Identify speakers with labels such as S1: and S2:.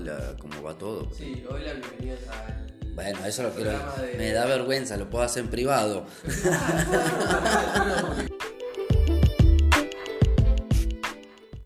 S1: la, cómo va todo. pues.
S2: Sí, hola, bienvenidos al.
S1: Bueno, eso lo quiero.
S2: Programa de-
S1: Me da vergüenza, lo puedo hacer en privado.
S2: Bueno,